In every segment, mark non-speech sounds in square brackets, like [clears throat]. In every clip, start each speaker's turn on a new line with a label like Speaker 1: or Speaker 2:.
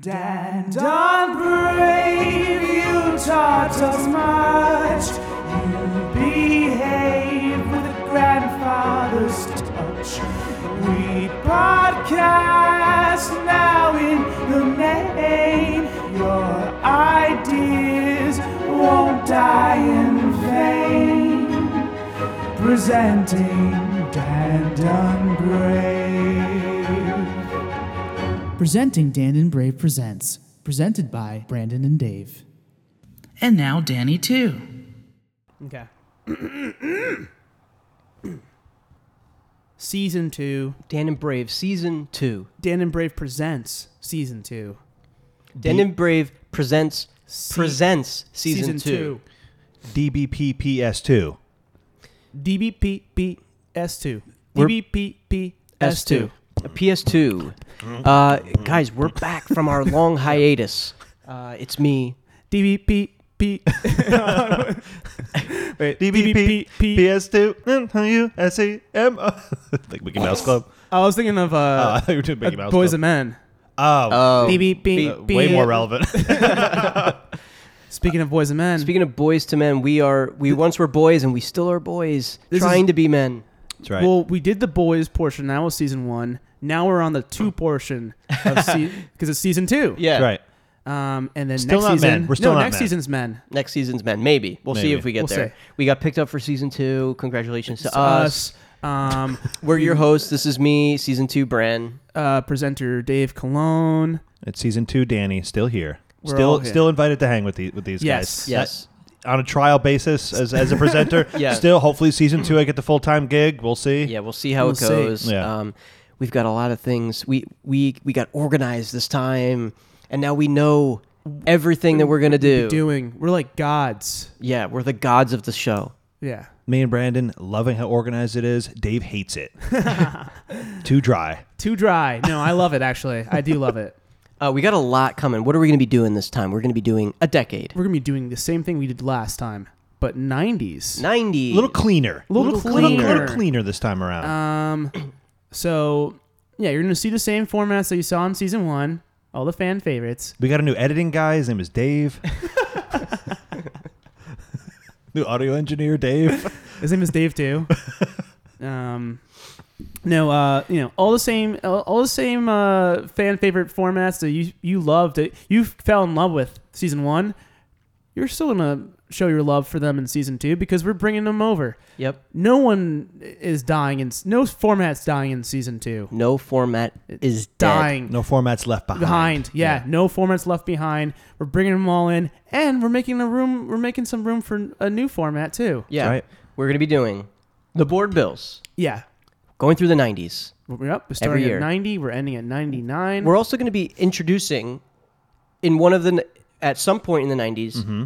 Speaker 1: Dan Don Brave, you taught us much. You behave with a grandfather's touch. We podcast now in the main. Your ideas won't die in vain. Presenting Dan Don Brave.
Speaker 2: Presenting Dan and Brave Presents, presented by Brandon and Dave.
Speaker 3: And now Danny too.
Speaker 4: Okay.
Speaker 2: Season 2,
Speaker 4: Dan and Brave season two.
Speaker 2: Dan and Brave Presents, Season 2.
Speaker 4: Dan and Brave presents presents season, two.
Speaker 5: DBPPS2.
Speaker 2: DBPPS2.
Speaker 4: We're-
Speaker 2: DBPPS2.
Speaker 4: A PS2. Uh, guys, we're back from our long hiatus. Uh, it's me.
Speaker 2: DBPP. Wait, DBPP. [laughs]
Speaker 5: DBPPS2. like Mickey Mouse Club.
Speaker 2: I was thinking of
Speaker 5: Oh, [laughs] I
Speaker 2: uh,
Speaker 5: thought you were doing Mickey Mouse
Speaker 2: Boys and
Speaker 5: Club.
Speaker 2: Men.
Speaker 5: Oh, uh,
Speaker 2: DBPP.
Speaker 5: way more relevant. [laughs]
Speaker 2: Speaking of Boys and Men,
Speaker 4: Speaking of boys to men, we are we once were boys and we still are boys,
Speaker 2: This
Speaker 4: trying
Speaker 2: is-
Speaker 4: to be men.
Speaker 5: That's right.
Speaker 2: well, we did the boys portion. That was Season 1. Now we're on the two portion of because it's Season 2.
Speaker 4: Yeah.
Speaker 5: That's right.
Speaker 2: Um, and then
Speaker 5: Still
Speaker 2: next
Speaker 5: not
Speaker 2: season,
Speaker 5: men. We're still
Speaker 2: no,
Speaker 5: not
Speaker 2: next
Speaker 5: men.
Speaker 2: season's men.
Speaker 4: Next season's men, maybe. We'll see
Speaker 5: Maybe.
Speaker 4: if we get
Speaker 2: We'll
Speaker 4: there.
Speaker 2: see.
Speaker 4: We got picked up for season two. Congratulations to,
Speaker 2: To
Speaker 4: us.
Speaker 2: us. Um, [laughs]
Speaker 4: We're your hosts. This is me, season two, Bran.
Speaker 2: uh, presenter Dave Cologne.
Speaker 5: It's season two. Danny still here.
Speaker 2: We're all
Speaker 5: Still,
Speaker 2: here.
Speaker 5: still invited to hang with these with these
Speaker 2: Yes.
Speaker 5: guys.
Speaker 4: Yes.
Speaker 5: Uh, on a trial basis as, as a presenter.
Speaker 2: [laughs]
Speaker 4: Yeah.
Speaker 5: Still, hopefully, season two, I get the full time gig. We'll see.
Speaker 4: Yeah, we'll see how
Speaker 2: We'll
Speaker 4: it
Speaker 2: see.
Speaker 4: goes.
Speaker 5: Yeah.
Speaker 4: Um, we've got a lot of things. We we we got organized this time, and now we know everything that we're gonna
Speaker 2: Be
Speaker 4: do.
Speaker 2: doing. We're like gods.
Speaker 4: yeah, we're the gods of the show.
Speaker 2: Yeah.
Speaker 5: Me and Brandon loving how organized it is. Dave
Speaker 2: [laughs]
Speaker 5: hates it. Too dry.
Speaker 2: Too dry. No, I love it actually. I do love it.
Speaker 4: Uh, we got a lot coming. What are we gonna be doing this time? We're gonna be doing a decade,
Speaker 2: We're gonna be doing the same thing we did last time, but '90s.
Speaker 4: ninety.
Speaker 5: A little cleaner. A
Speaker 2: Little
Speaker 5: Little,
Speaker 2: cleaner.
Speaker 5: little cleaner this time around.
Speaker 2: Um, so yeah, you're gonna see the same formats that you saw in season one. All the fan favorites.
Speaker 5: We got a new editing guy. His name
Speaker 2: [laughs]
Speaker 5: is Dave. new audio engineer, Dave.
Speaker 2: His name is Dave too. um, no, uh, you know, all the same, all all the same uh, fan favorite formats that you you loved, that you fell in love with season one. You're still gonna show your love for them in season two because we're bringing them over.
Speaker 4: yep.
Speaker 2: No one is dying in no format's dying in season two.
Speaker 4: No format is dead.
Speaker 2: Dying
Speaker 5: No formats left behind.
Speaker 2: behind, yeah, No formats left behind. We're bringing them all in, and we're making a room. We're making some room for a new format too.
Speaker 4: Yeah,
Speaker 5: Right.
Speaker 4: we're gonna be doing the board bills,
Speaker 2: Yeah,
Speaker 4: going through the nineties.
Speaker 2: We're up. We're starting
Speaker 4: year.
Speaker 2: at 90. We're ending at 99.
Speaker 4: We're also going to be introducing in one of the n- at some point in the 90s
Speaker 5: Mm-hmm.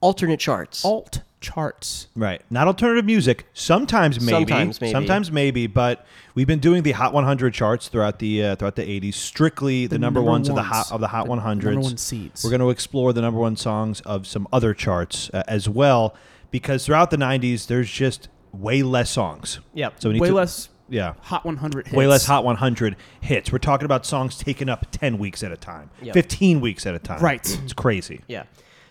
Speaker 4: alternate charts.
Speaker 2: alt charts.
Speaker 5: Right. Not alternative music. Sometimes maybe.
Speaker 4: Sometimes maybe.
Speaker 5: Sometimes maybe, But we've been doing the Hot 100 charts throughout the uh, throughout the 80s. Strictly the, number,
Speaker 2: number
Speaker 5: ones, of the
Speaker 2: ones.
Speaker 5: hot of the Hot 100s.
Speaker 2: number one seeds.
Speaker 5: We're going to explore the number one songs of some other charts uh, as well, because throughout the 90s, there's just way less songs.
Speaker 4: Yep.
Speaker 5: So we need
Speaker 2: Way
Speaker 5: to-
Speaker 2: less
Speaker 5: Yeah.
Speaker 2: hot 100 hits.
Speaker 5: way less Hot 100 hits. We're talking about songs taken up 10 weeks at a time, 15 weeks at a time.
Speaker 2: Right.
Speaker 5: [clears throat] It's crazy.
Speaker 4: yeah.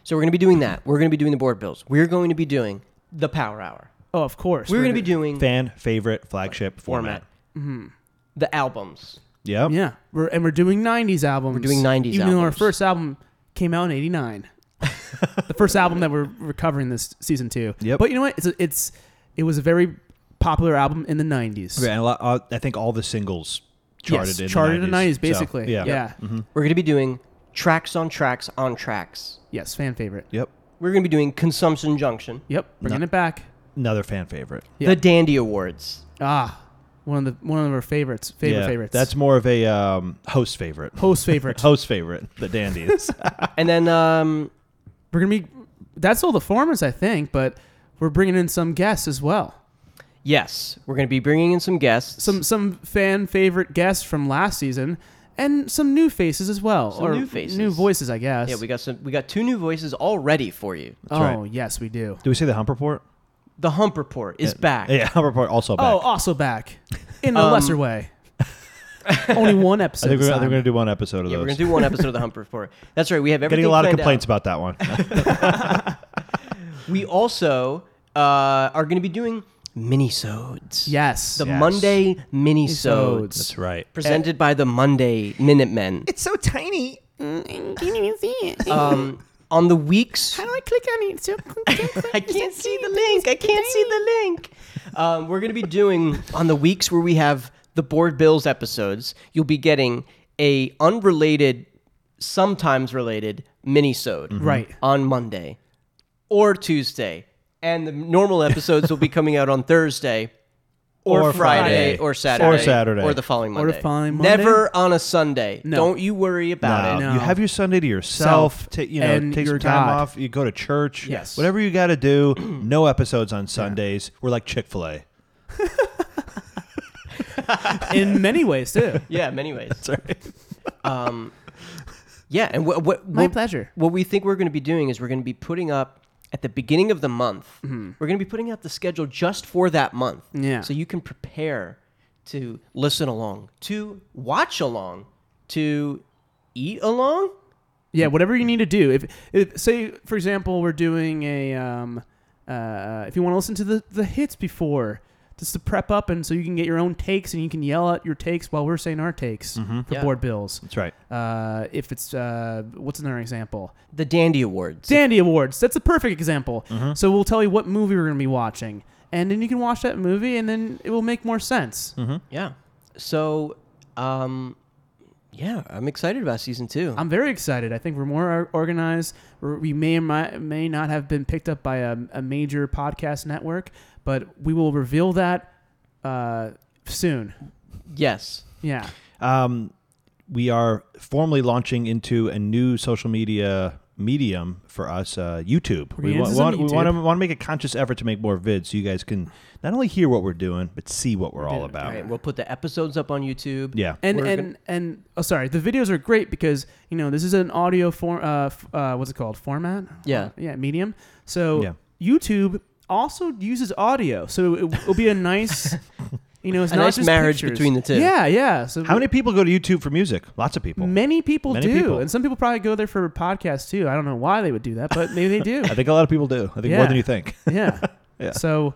Speaker 4: So we're going to be doing that. We're going to be doing the board bills. We're going to be doing the power hour.
Speaker 2: Oh, of course.
Speaker 4: We're going to be doing
Speaker 5: Fan favorite flagship format.
Speaker 4: format. Mm-hmm. The albums.
Speaker 5: Yep.
Speaker 2: Yeah. We're and we're doing 90s albums. We're
Speaker 4: doing 90s
Speaker 2: Even though our
Speaker 4: albums.
Speaker 2: first album came out in 89.
Speaker 5: [laughs]
Speaker 2: the first album that we're we're covering this season 2.
Speaker 5: Yep.
Speaker 2: But you know what? It's a, it's it was a very popular album in the 90s.
Speaker 5: And a lot, uh, I think all the singles charted
Speaker 2: yes,
Speaker 5: in
Speaker 2: charted
Speaker 5: the 90s.
Speaker 2: in the 90s
Speaker 5: So,
Speaker 2: basically.
Speaker 5: yeah. Mm-hmm.
Speaker 2: yeah.
Speaker 4: We're going to be doing tracks on tracks on tracks.
Speaker 2: Yes, fan favorite.
Speaker 5: Yep.
Speaker 4: We're going to be doing Consumption Junction,
Speaker 2: Yep, bringing it back.
Speaker 5: Another fan favorite.
Speaker 2: Yeah.
Speaker 4: the Dandy Awards.
Speaker 2: Ah, one of the one of our favorites, favorite
Speaker 5: yeah.
Speaker 2: favorites.
Speaker 5: That's more of a um, host favorite.
Speaker 2: host
Speaker 5: [laughs]
Speaker 2: favorite.
Speaker 5: Host favorite, the Dandies.
Speaker 4: And then um,
Speaker 2: We're gonna be. That's all the formats, I think, but we're bringing in some guests as well.
Speaker 4: yes, we're going to be bringing in some guests.
Speaker 2: Some some fan favorite guests from last season, and some new faces as well,
Speaker 4: Some
Speaker 2: or
Speaker 4: new faces.
Speaker 2: new voices, I guess.
Speaker 4: Yeah, we got some we got two new voices all ready for you.
Speaker 2: Oh
Speaker 5: right.
Speaker 2: yes, we do.
Speaker 5: Do we say the Hump Report?
Speaker 4: The Hump Report is back.
Speaker 5: Yeah, Hump Report also back. [laughs]
Speaker 2: Oh, also back in a lesser way. Only one episode. this
Speaker 5: Um, I think we're, I think we're
Speaker 2: time.
Speaker 5: gonna do one episode of
Speaker 4: Yeah,
Speaker 5: those.
Speaker 4: we're gonna do one episode of the Hump Report. That's right. We have everything
Speaker 5: Getting a lot of
Speaker 4: planned out.
Speaker 5: complaints about that one.
Speaker 4: We also uh, are gonna be doing minisodes.
Speaker 2: yes.
Speaker 4: the
Speaker 5: Yes.
Speaker 4: Monday minisodes.
Speaker 2: That's
Speaker 5: right.
Speaker 4: Presented by the Monday Minutemen.
Speaker 1: It's so tiny.
Speaker 6: Can you see it?
Speaker 4: Um, on the weeks
Speaker 6: How do I click on it? So,
Speaker 4: [laughs] I can't see the link. I can't see the link. Um, we're going to be doing on the weeks where we have the board bills episodes. You'll be getting a unrelated, sometimes related minisode
Speaker 5: [laughs]
Speaker 2: Right.
Speaker 4: on Monday or Tuesday, and the normal episodes will be coming out on Thursday. Or,
Speaker 5: Or
Speaker 4: Friday,
Speaker 5: Friday.
Speaker 4: or
Speaker 5: Or
Speaker 4: Saturday,
Speaker 5: Saturday.
Speaker 4: or the following
Speaker 2: Or
Speaker 4: Monday.
Speaker 2: the following Monday.
Speaker 4: Never on a Sunday. Don't you worry about
Speaker 5: No,
Speaker 4: it.
Speaker 2: No.
Speaker 5: You have your Sunday to yourself.
Speaker 2: Self
Speaker 5: Ta- you know,
Speaker 2: and
Speaker 5: take
Speaker 2: your
Speaker 5: some time
Speaker 2: God.
Speaker 5: off. You go to church.
Speaker 2: Yes.
Speaker 5: Whatever you got to do. no episodes on Sundays. We're like Chick Fil A.
Speaker 2: In many ways too.
Speaker 4: Yeah, many
Speaker 5: [laughs]
Speaker 4: ways. That's right. um, yeah, and what what
Speaker 2: My
Speaker 4: what-
Speaker 2: pleasure.
Speaker 4: What we think we're going to be doing is we're going to be putting up at the beginning of the month. We're going to be putting out the schedule just for that month.
Speaker 2: Mm-hmm. Yeah.
Speaker 4: So you can prepare to listen along, to watch along, to eat along.
Speaker 2: Yeah, whatever you need to do. If, if say for example we're doing a um, uh, if you want to listen to the the hits before just to prep up and so you can get your own takes and you can yell out your takes while we're saying our takes for
Speaker 4: Yeah.
Speaker 2: board bills.
Speaker 5: That's right.
Speaker 2: Uh, if it's uh, what's another example?
Speaker 4: The Dandy Awards.
Speaker 2: Dandy Awards. That's a perfect example. So we'll tell you what movie we're going to be watching, and then you can watch that movie, and then it will make more sense.
Speaker 4: yeah. So, um, yeah, I'm excited about season two.
Speaker 2: I'm very excited. I think we're more or- organized. We're, we may or mi- may not have been picked up by a, a major podcast network, but we will reveal that uh, soon.
Speaker 4: yes.
Speaker 2: Yeah,
Speaker 5: Um, we are formally launching into a new social media medium for us, uh, YouTube.
Speaker 2: gonna
Speaker 5: wa-
Speaker 2: use this on
Speaker 5: want, we want to
Speaker 2: YouTube.
Speaker 5: want to make a conscious effort to make more vids so you guys can not only hear what we're doing but see what we're all about.
Speaker 4: All right, we'll put the episodes up on YouTube.
Speaker 5: Yeah.
Speaker 2: and
Speaker 4: We're
Speaker 2: and
Speaker 4: gonna-
Speaker 2: and oh, sorry, the videos are great because you know this is an audio form. Uh, f- uh, what's it called? Format.
Speaker 4: Yeah.
Speaker 2: Uh, yeah, medium. So
Speaker 5: Yeah.
Speaker 2: YouTube also uses audio, so it will be a
Speaker 4: [laughs]
Speaker 2: nice. You know, it's
Speaker 4: A
Speaker 2: not
Speaker 4: nice
Speaker 2: just
Speaker 4: marriage
Speaker 2: pictures.
Speaker 4: between the two.
Speaker 2: Yeah, yeah. So
Speaker 5: How many people go to YouTube for music? Lots of people.
Speaker 2: Many people
Speaker 5: Many
Speaker 2: do,
Speaker 5: people.
Speaker 2: and some people probably go there for podcasts too. I don't know why they would do that, but maybe they
Speaker 5: [laughs]
Speaker 2: do.
Speaker 5: I think a lot of people do. I think more
Speaker 2: Yeah.
Speaker 5: than you think.
Speaker 2: yeah.
Speaker 5: Yeah.
Speaker 2: So,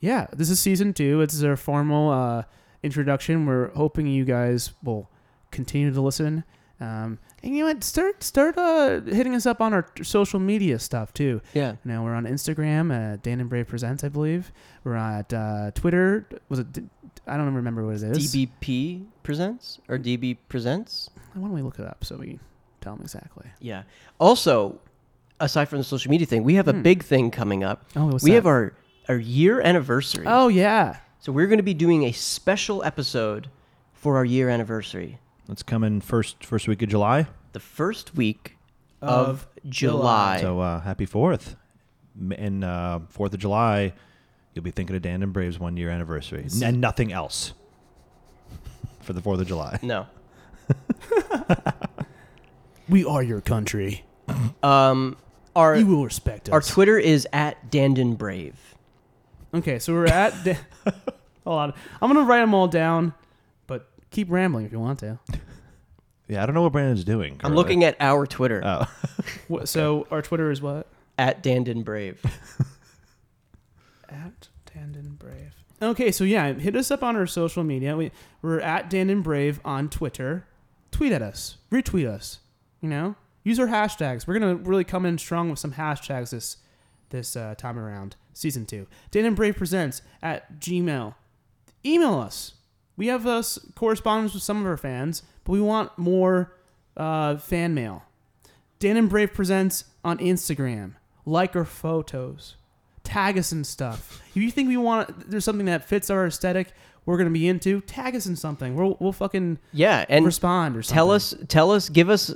Speaker 2: yeah, this is season two. It's our formal uh, introduction. We're hoping you guys will continue to listen. Um, and you know what? Start start uh, hitting us up on our t- social media stuff too.
Speaker 4: Yeah.
Speaker 2: You know, we're on Instagram, uh, Dan and Brave Presents, I believe. We're at uh, Twitter. Was it? D- I don't remember what it is.
Speaker 4: DBP presents or DB presents.
Speaker 2: Why don't we look it up so we can tell them exactly?
Speaker 4: Yeah. Also, aside from the social media thing, we have a big thing coming up.
Speaker 2: Hmm. Oh, what's
Speaker 4: we
Speaker 2: that?
Speaker 4: have our our year anniversary.
Speaker 2: Oh yeah.
Speaker 4: So we're going to be doing a special episode for our year anniversary.
Speaker 5: That's coming first first week of July.
Speaker 4: The first week of, July.
Speaker 5: So uh, happy Fourth, M- and uh, Fourth of July, you'll be thinking of Dan and Braves one year anniversary and nothing else [laughs] for the Fourth of July.
Speaker 2: [laughs]
Speaker 4: [laughs] No.
Speaker 2: We are your country.
Speaker 4: Um our
Speaker 2: You will respect us.
Speaker 4: our Twitter is at Dandon Brave.
Speaker 2: Okay, so we're at. Da- Hold on. I'm going to write them all down, but keep rambling if you want to.
Speaker 5: Yeah, I don't know what Brandon's doing. Oh,
Speaker 4: I'm looking at our Twitter
Speaker 2: Uh. Wh- So our Twitter is what?
Speaker 4: at Dandon Brave.
Speaker 2: At Danden Brave. Okay, so yeah, hit us up on our social media. We, we're at Danden Brave on Twitter. Tweet at us, retweet us, you know? Use our hashtags. We're going to really come in strong with some hashtags this this uh, time around, season two. Danden Brave Presents at Gmail. email us. We have uh, s- correspondence with some of our fans, but we want more uh, fan mail. Dan and Brave presents on Instagram. Like our photos, tag us in stuff. If you think we want there's something that fits our aesthetic, we're gonna be into. Tag us in something. We'll we'll fucking
Speaker 4: Yeah, and
Speaker 2: respond or something.
Speaker 4: tell us tell us give us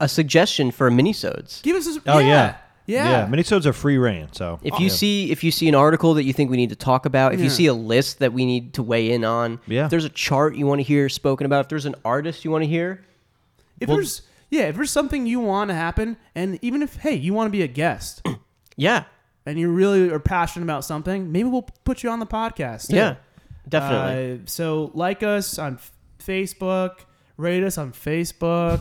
Speaker 4: a suggestion for a minisodes.
Speaker 2: Give us. A,
Speaker 5: Oh yeah.
Speaker 2: yeah. Yeah.
Speaker 5: Minisodes are free reign, so
Speaker 4: If you
Speaker 5: Yeah.
Speaker 4: see if you see an article that you think we need to talk about, if you
Speaker 2: Yeah.
Speaker 4: see a list that we need to weigh in on,
Speaker 5: Yeah.
Speaker 4: if there's a chart you want to hear spoken about, if there's an artist you want to hear,
Speaker 2: If there's yeah, if there's something you want to happen, and even if hey, you want to be a guest.
Speaker 4: yeah,
Speaker 2: And you really are passionate about something, maybe we'll put you on the podcast. too.
Speaker 4: yeah, definitely.
Speaker 2: Uh, so Uh, like us on Facebook. Rate us on
Speaker 4: [laughs]
Speaker 2: Facebook.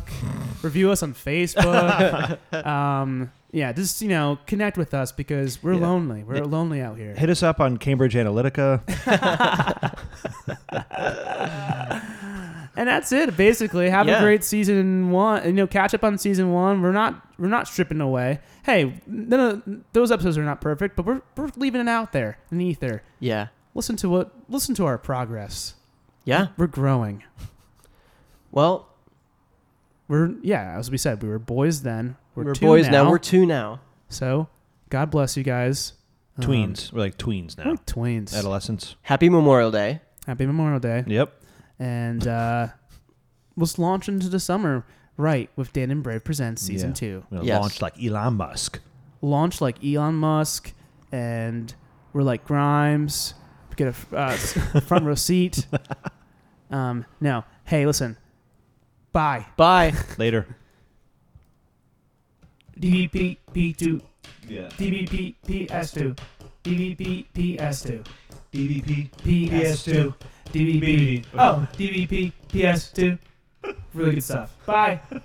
Speaker 2: review us on Facebook. um, yeah, just you know, connect with us because we're
Speaker 5: Yeah.
Speaker 2: lonely. We're lonely out here.
Speaker 5: Hit us up on
Speaker 4: [laughs]
Speaker 5: Cambridge Analytica.
Speaker 2: and that's it basically have
Speaker 4: Yeah.
Speaker 2: a great season one you know catch up on season one we're not we're not stripping away hey none of those episodes are not perfect but we're, we're leaving it out there in the ether
Speaker 4: Yeah.
Speaker 2: listen to what listen to our progress
Speaker 4: Yeah.
Speaker 2: we're growing
Speaker 4: Well,
Speaker 2: we're yeah as we said we were boys then we're,
Speaker 4: we're,
Speaker 2: two
Speaker 4: boys
Speaker 2: now,
Speaker 4: now. We're two now.
Speaker 2: so god bless you guys Um,
Speaker 5: tweens. We're like tweens
Speaker 2: we're
Speaker 5: now.
Speaker 2: like tweens
Speaker 5: Adolescents.
Speaker 4: Happy Memorial Day.
Speaker 2: happy memorial
Speaker 5: [laughs]
Speaker 2: day
Speaker 5: Yep.
Speaker 2: and uh let's launch into the summer right with dan and brave presents season
Speaker 5: Yeah.
Speaker 2: two
Speaker 5: We're gonna
Speaker 4: Yes.
Speaker 5: Launch like Elon Musk.
Speaker 2: launch like Elon Musk, and we're like Grimes. We get a uh, [laughs] front row seat.
Speaker 5: [laughs]
Speaker 2: Um, no, hey, listen. Bye.
Speaker 4: Bye.
Speaker 5: Later.
Speaker 2: DBPP2,
Speaker 5: Yeah.
Speaker 2: DBPPS2, DBPPS2,
Speaker 5: DVP.
Speaker 2: PS2, DBP. Oh, DBPPS2. Really good stuff. Bye.